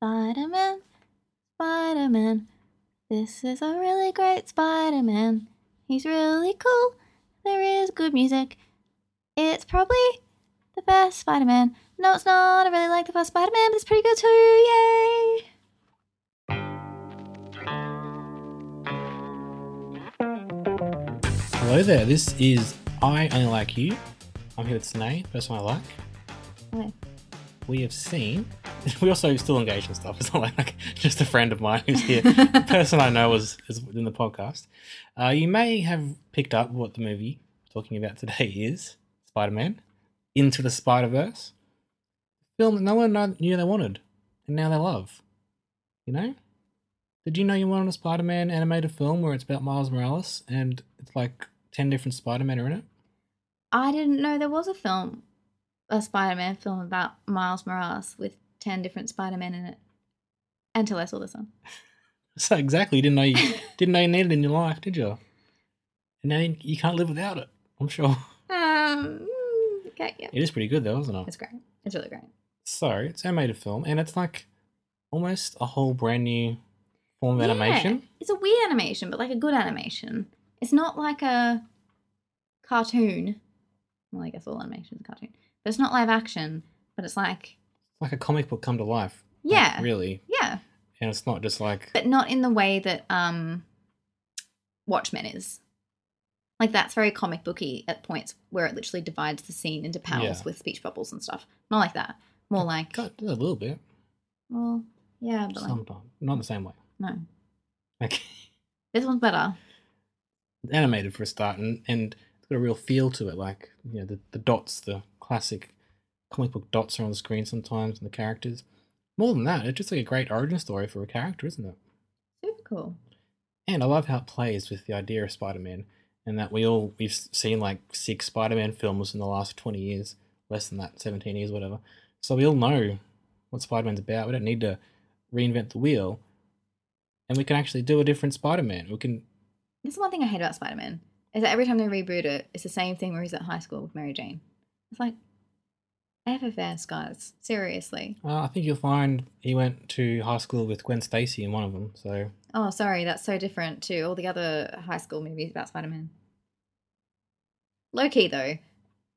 Spider-Man, Spider-Man, this is a really great Spider-Man. He's really cool. There is good music. It's probably the best Spider-Man. No, it's not. I really like the first Spider-Man, but it's pretty good too. Yay! Hello there. This is I Only Like You. I'm here with Sine, first one I like. Hello. We have seen. We also still engage in stuff. It's not like, like just a friend of mine who's here. the person I know is, is in the podcast. Uh, you may have picked up what the movie we're talking about today is Spider Man Into the Spider Verse. Film that no one kno- knew they wanted, and now they love. You know? Did you know you wanted a Spider Man animated film where it's about Miles Morales and it's like 10 different Spider Men are in it? I didn't know there was a film, a Spider-Man film about Miles Morales with ten different Spider-Men in it, until I saw this one. So exactly, you didn't know you didn't know you needed it in your life, did you? And now you- you can't live without it. I'm sure Um, okay, yeah, it is pretty good though, isn't it? it's great. It's really great. So it's animated film, and it's like almost a whole brand new form of Yeah, animation. It's a weird animation, but like a good animation. It's not like a cartoon. Well, I guess all animation is cartoon, but it's not live action. But it's like, Like a comic book come to life. Like, Yeah. really, yeah, and it's not just like but not in the way that um, Watchmen is. Like that's very comic booky at points where it literally divides the scene into panels Yeah. Oh, with speech bubbles and stuff. Not like that. More like, God, a little bit well, yeah, but like, sometimes, not the same way. no, Like this one's better. animated for a start, and and it's got a real feel to it. Like you know the the dots, the classic comic book dots are on the screen sometimes, and the characters. More than that, it's just like a great origin story for a character, isn't it? Super cool. And I love how it plays with the idea of Spider-Man, and that we all we've seen like six Spider-Man films in the last twenty years, less than that, seventeen years, whatever. So we all know what Spider-Man's about. We don't need to reinvent the wheel, and we can actually do a different Spider-Man. We can This is one thing I hate about Spider Man is that every time they reboot it, it's the same thing where he's at high school with Mary Jane. It's like, FFS, guys. Seriously. Uh, I think you'll find he went to high school with Gwen Stacy in one of them. So Oh, sorry, that's so different to all the other high school movies about Spider Man. Low key, though,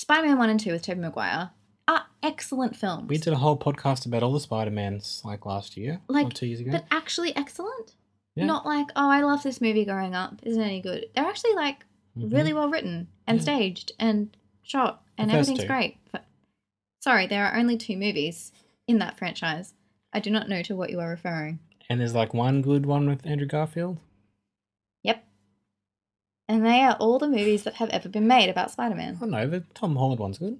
Spider Man 1 and 2 with Tobey Maguire are excellent films. we did a whole podcast about all the Spider Mans like last year, like or like, two years ago. But actually excellent. Yeah. Not like, oh, I love this movie growing up. Isn't any good. They're actually like Mhm. really well written and Yeah. staged and shot and The first everything's two. great. But sorry, there are only two movies in that franchise. I do not know to what you are referring. And there's like one good one with Andrew Garfield. Yep. And they are all the movies that have ever been made about Spider I Man. don't know. The Tom Holland one's good,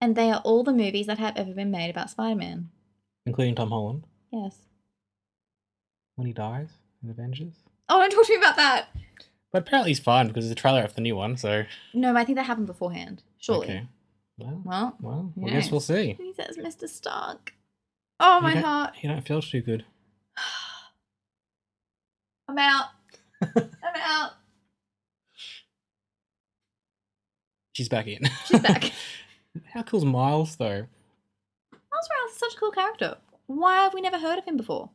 And they are all the movies that have ever been made about Spider Man. including Tom Holland Yes. when he dies in Avengers. Oh, don't talk to me about that. But apparently he's fine because there's a trailer of the new one. So No, but I think that happened beforehand. Surely. okay. Well, well, Well, I guess yeah. we'll see. he says Mr. Stark. Oh, my you don't- heart. You don't feel too good. I'm out. I'm out. She's back in. She's back. How cool's Miles though? Miles Morales is such a cool character. Why have we never heard of him before?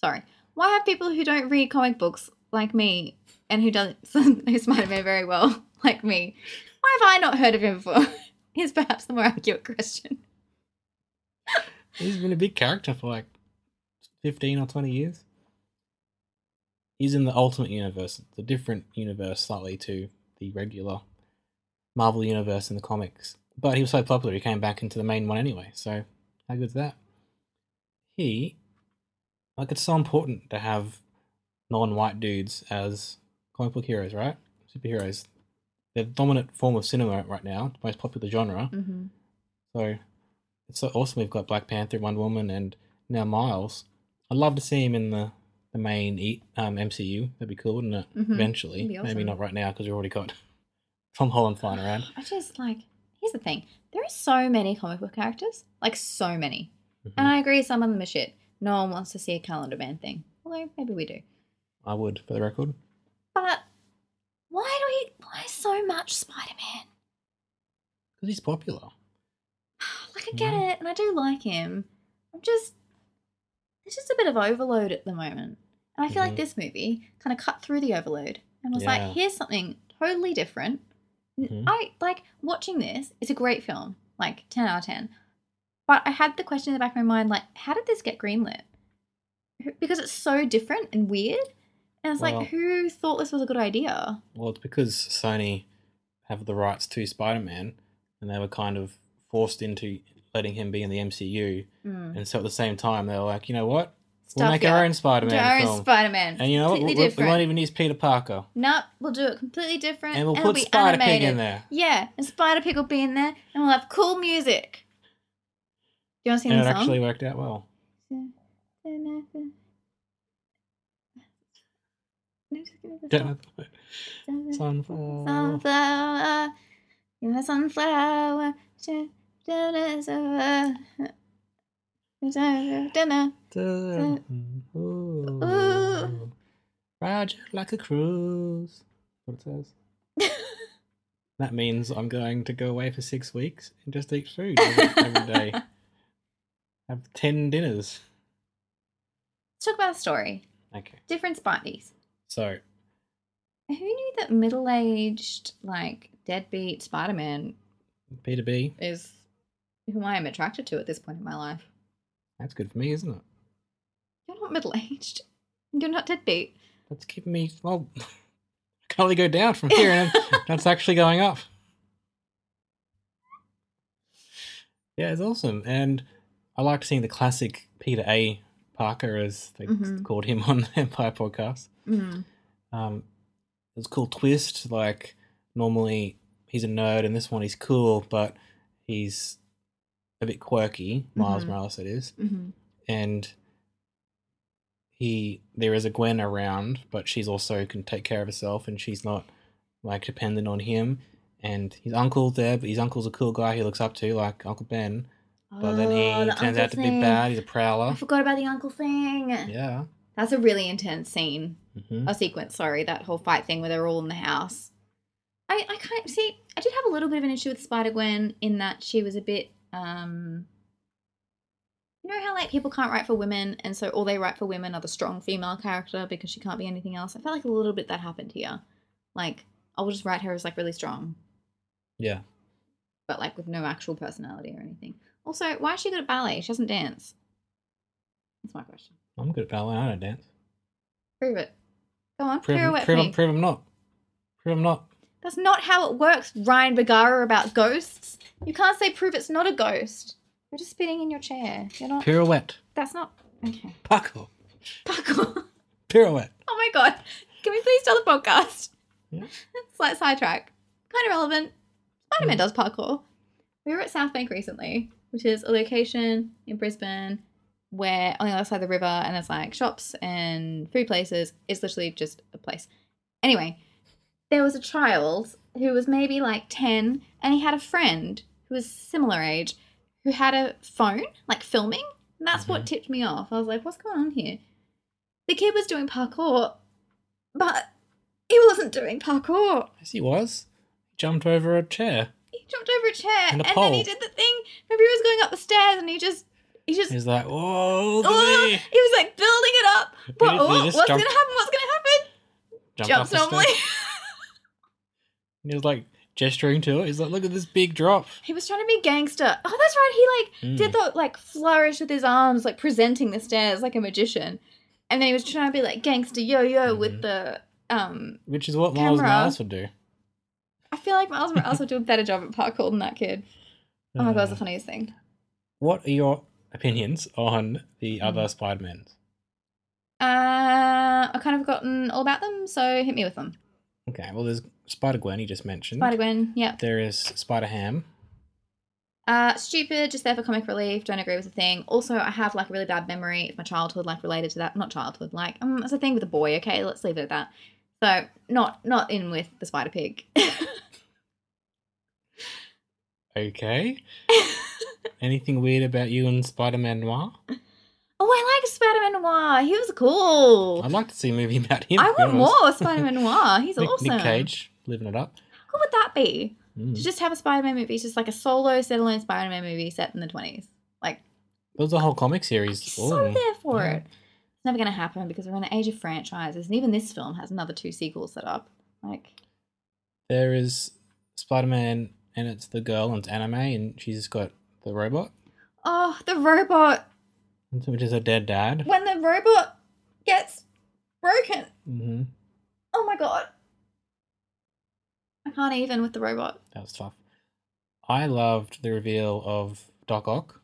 Sorry. Why have people who don't read comic books like me and who doesn't know Spider Man very well like me? Why have I not heard of him before? Is perhaps the more accurate question. He's been a big character for like 15 or 20 years. He's in the Ultimate Universe, the different universe slightly to the regular Marvel Universe in the comics. But he was so popular, he came back into the main one anyway, so how good's that? He, like, it's so important to have non white dudes as comic book heroes, right? Superheroes. the dominant form of cinema right now, the most popular genre. Mm-hmm. So it's so awesome. We've got Black Panther, Wonder Woman, and now Miles. I'd love to see him in the the main E- um, MCU. That'd be cool, wouldn't it? Mhm. Eventually, That'd be maybe awesome. not right now because we've already got Tom Holland flying around. I just like here's the thing. There are so many comic book characters, like so many, and Mhm. I agree some of them are shit. No one wants to see a calendar man thing, although maybe we do. I would, for the record. But why do we? Why so much Spider Man? Because he's popular. Like I Mm-hmm. get it, and I do like him. I'm just it's just a bit of overload at the moment, and I feel like Mhm. this movie kind of cut through the overload and was Yeah. like, here's something totally different. N- Mhm. I like watching this. It's a great film, like ten out of ten. But I had the question in the back of my mind, like, how did this get greenlit? Who- Because it's so different and weird. And it's Well- like, who thought this was a good idea? Well, it's because Sony have the rights to Spider Man, and they were kind of forced into letting him be in the MCU. Mm. And so at the same time, they were like, you know what? We'll Stuff make your- our own Spider Do our Man own film. Spider-Man. and you know what? We, Completely we- we different. won't even use Peter Parker. No, we'll do it completely different. And we'll it'll put be Spider Pig animated. in there. Yeah, and Spider Pig will be in there, and we'll have cool music. Do you want to sing And it the song? actually worked out well. No, just give me the Don't- song. Sunflower. Sunflower, you're a sunflower. Sh- dinner's over. Dinner, dinner. Dun- ooh. Ooh. Ride you like a cruise. What it says. that means I'm going to go away for six weeks and just eat food every- every day. Have ten dinners. Let's talk about the story. Okay. Different Spideys. So Who knew that middle aged, like, deadbeat Spider Man Peter B. is who I am attracted to at this point in my life? That's good for me, isn't it? You're not middle aged. You're not deadbeat. That's keeping me well. I can only go down from here, and that's actually going up. Yeah, it's awesome, and I liked seeing the classic Peter A. Parker, as they Mhm. called him on the Empire podcast. Mm. Um, it was a cool twist. Like normally he's a nerd, and this one he's cool, but he's a bit quirky. Miles Mhm. Morales, it is Mm-hmm. and he there is a Gwen around, but she's also can take care of herself, and she's not like dependent on him. And his uncle's there, but his uncle's a cool guy he looks up to, like Uncle Ben. But then Oh, he turns out to be bad. He's a I prowler. forgot about the uncle thing. Yeah. That's a really intense scene. hmm A sequence, sorry, that whole fight thing where they're all in the house. I, I can't see. I did have a little bit of an issue with Spider Gwen in that she was a bit. um You know how like people can't write for women, and so all they write for women are the strong female character because she can't be anything else. I felt like a little bit that happened here. Like I will just write her as like really strong, Yeah. but like with no actual personality or anything. Also, why is she good at ballet? She doesn't dance. That's my question. I'm good at ballet. I don't dance. Prove it. Go on, Prove, him- pirouette prove, me. him- prove him not. Prove him not. That's not how it works, Ryan Bagara, about ghosts. You can't say prove it's not a ghost. You're just spinning in your chair. You're not. Pirouette. That's not. Okay. Parkour. Parkour. Pirouette. Oh my god. Can we please tell the podcast? Yeah. Slight sidetrack. Kind of relevant. Spider Man does parkour. We were at South Bank recently, which is a location in Brisbane where on the other side of the river and there's like shops and food places. It's literally just a place. Anyway, there was a child who was maybe like 10 and he had a friend who was similar age who had a phone like filming. And that's what tipped me off. I was like, what's going on here? The kid was doing parkour, but he wasn't doing parkour. Yes, he was. Jumped over a chair. He jumped over a chair And and, a then pole. he did the thing. Maybe he was going up the stairs and he just he just He's like, whoa, oh, baby." he was like building it up. What, did- he what- just what's jumped- gonna happen? What's gonna happen? Jumped Jumps off the normally. stairs. And he was like gesturing to it. He's like, look at this big drop. he was trying to be gangster. Oh, that's right. He like Mm. did the like flourish with his arms, like presenting the stairs like a magician. And then he was trying to be like gangster yo Hmm. yo with the um. Which is what Miles Camera. Morales would do. I feel like Miles Morales would do a better job at parkour than that kid. Oh my god, that's the funniest thing. Hmm. What are your opinions on Hmm. the other Spider-Mans? Uh, I've kind of forgotten all about them, so hit me with them. Okay, well, there's Spider Gwen you just mentioned. Spider Gwen, yep. There is Spider Ham. Uh, stupid, just there for comic relief. Don't agree with the thing. Also, I have like a really bad memory of my childhood, like related to that. Not childhood, like um, it's a thing with a boy. Okay, let's leave it at that. So not not in with the Spider Pig. Okay. Anything weird about you and Spider Man Noir? Oh, I like Spider Man Noir. He was cool. I'd like to see a movie about him. I to be want honest. more Spider Man Noir. He's Nick, awesome. Nick Cage, living it up. How cool would that be? Mm. To just have a Spider Man movie, it's just like a solo, set alone Spider Man movie set in the 20s. Like, There was a whole comic series. so Ooh. there for Yeah. it. It's never going to happen because we're in an age of franchises, and even this film has another two sequels set up. Like, There is Spider Man, and it's the girl, and it's anime, and she's got the robot, oh, the robot. which is her dead dad. When the robot gets broken. hmm Oh my god. I can't even with the robot. That was tough. I loved the reveal of Doc Ock.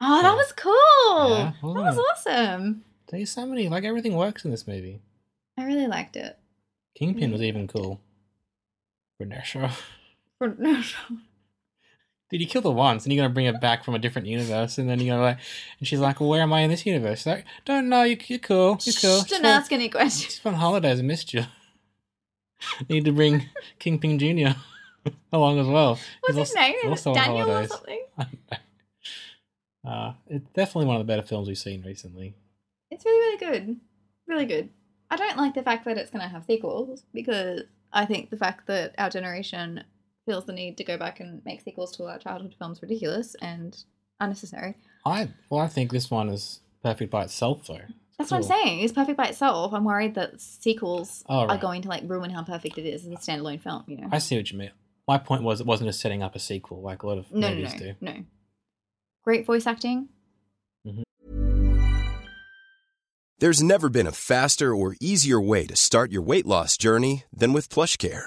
Oh, that Yeah. was cool. Yeah, That was wasn't awesome. There's so many, like, everything works in this movie. I really liked it. Kingpin was Mm. even cool. Renesha. I Dude, you killed her once, and you're gonna bring her back from a different universe, and then you're gonna like, and she's like, "Well, where am I in this universe?" She's like, "Don't know. You, you're cool. You're cool." She's Didn't fun, ask any questions. she's fun holidays. I missed you. Need to bring Kingpin Junior along as well. What's his He's name? also on Daniel or holidays. something? Uh, it's definitely one of the better films we've seen recently. It's really, really good. Really good. I don't like the fact that it's going to have sequels because I think the fact that our generation feels the need to go back and make sequels to all our childhood films ridiculous and unnecessary. I well, I think this one is perfect by itself, though. It's That's what I'm cool. saying. It's perfect by itself. I'm worried that sequels Oh, are right. going to like ruin how perfect it is as a standalone film. You know? I see what you mean. My point was, it wasn't just setting up a sequel like a lot of no, no, movies no, do. no. Great voice acting. There's never been a faster or easier way to start your weight loss journey than with PlushCare.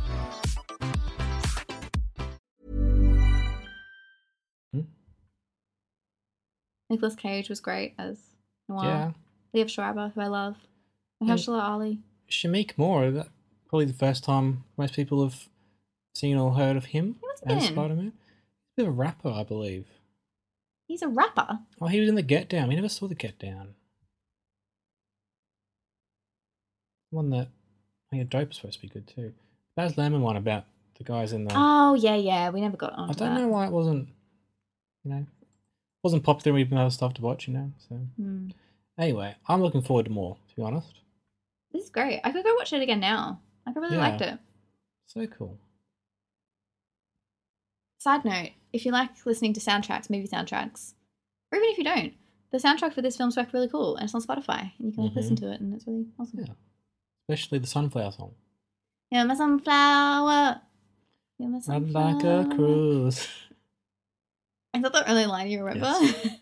Nicolas Cage was great as Noir. Yeah, Liev Schreiber, who I love. And- Mahershala Ali. Shamik Moore. That probably the first time most people have seen or heard of him what's he as been in? Spider Man. He's a bit of a rapper, I believe. He's a rapper. Oh, he was in the Get Down. We never saw the Get Down. One that I think Dope is supposed to be good too. Baz Luhrmann one about the guys in the. Oh yeah, yeah. We never got on. I don't know why it wasn't, you know, wasn't popular. We've been other stuff to watch, you know. So Hmm. anyway, I'm looking forward to more. To be honest, This is great. I could go watch it again now. Like, I really Yeah. liked it. so cool. Side note: If you like listening to soundtracks, movie soundtracks, or even if you don't, the soundtrack for this film's like really cool, and it's on Spotify, and you can like, Mhm. listen to it, and it's really awesome. Yeah, especially the Sunflower song. You're my sunflower. You're my I'd sunflower. like a cruise. Is that the only line you remember?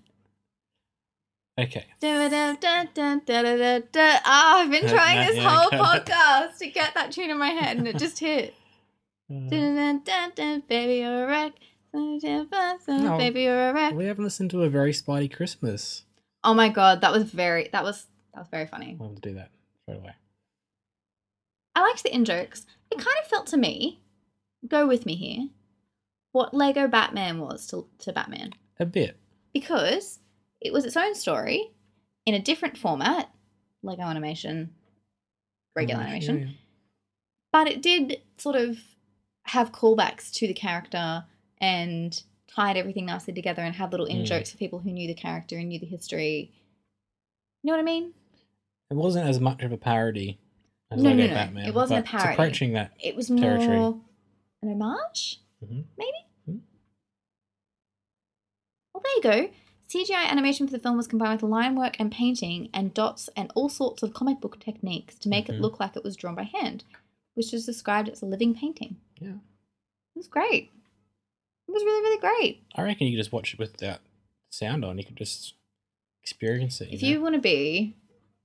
Okay. Da-da-da-da-da-da-da-da. Ah, I've been Yeah, trying yeah, this yeah, whole okay. podcast to get that tune in my head, and it just hit. Uh, Dun-dun-dun-dun, Baby, you're a wreck. No. Baby, you're a wreck. we haven't listened to a very Spidey Christmas. Oh my god, that was very that was that was very funny. We'll have to do that straight away. I liked the in jokes. It kind of felt to me, go with me here, what Lego Batman was to, to Batman A bit. because it was its own story in a different format, Lego animation, regular animation, Mm, Yeah, yeah. but it did sort of have callbacks to the character and tied everything nicely together and had little in Mm. jokes for people who knew the character and knew the history. You know what I mean? It wasn't as much of a parody as No, Lego no, no. Batman. It wasn't a but parody. It's approaching that. It was more Territory. an homage, Mhm. maybe? Mm. Well, there you go. CGI animation for the film was combined with line work and painting and dots and all sorts of comic book techniques to make it Mhm. look like it was drawn by hand, which is described as a living painting. Yeah. It was great. It was really, really great. I reckon you could just watch it without sound on. You could just experience it. You if know? you want to be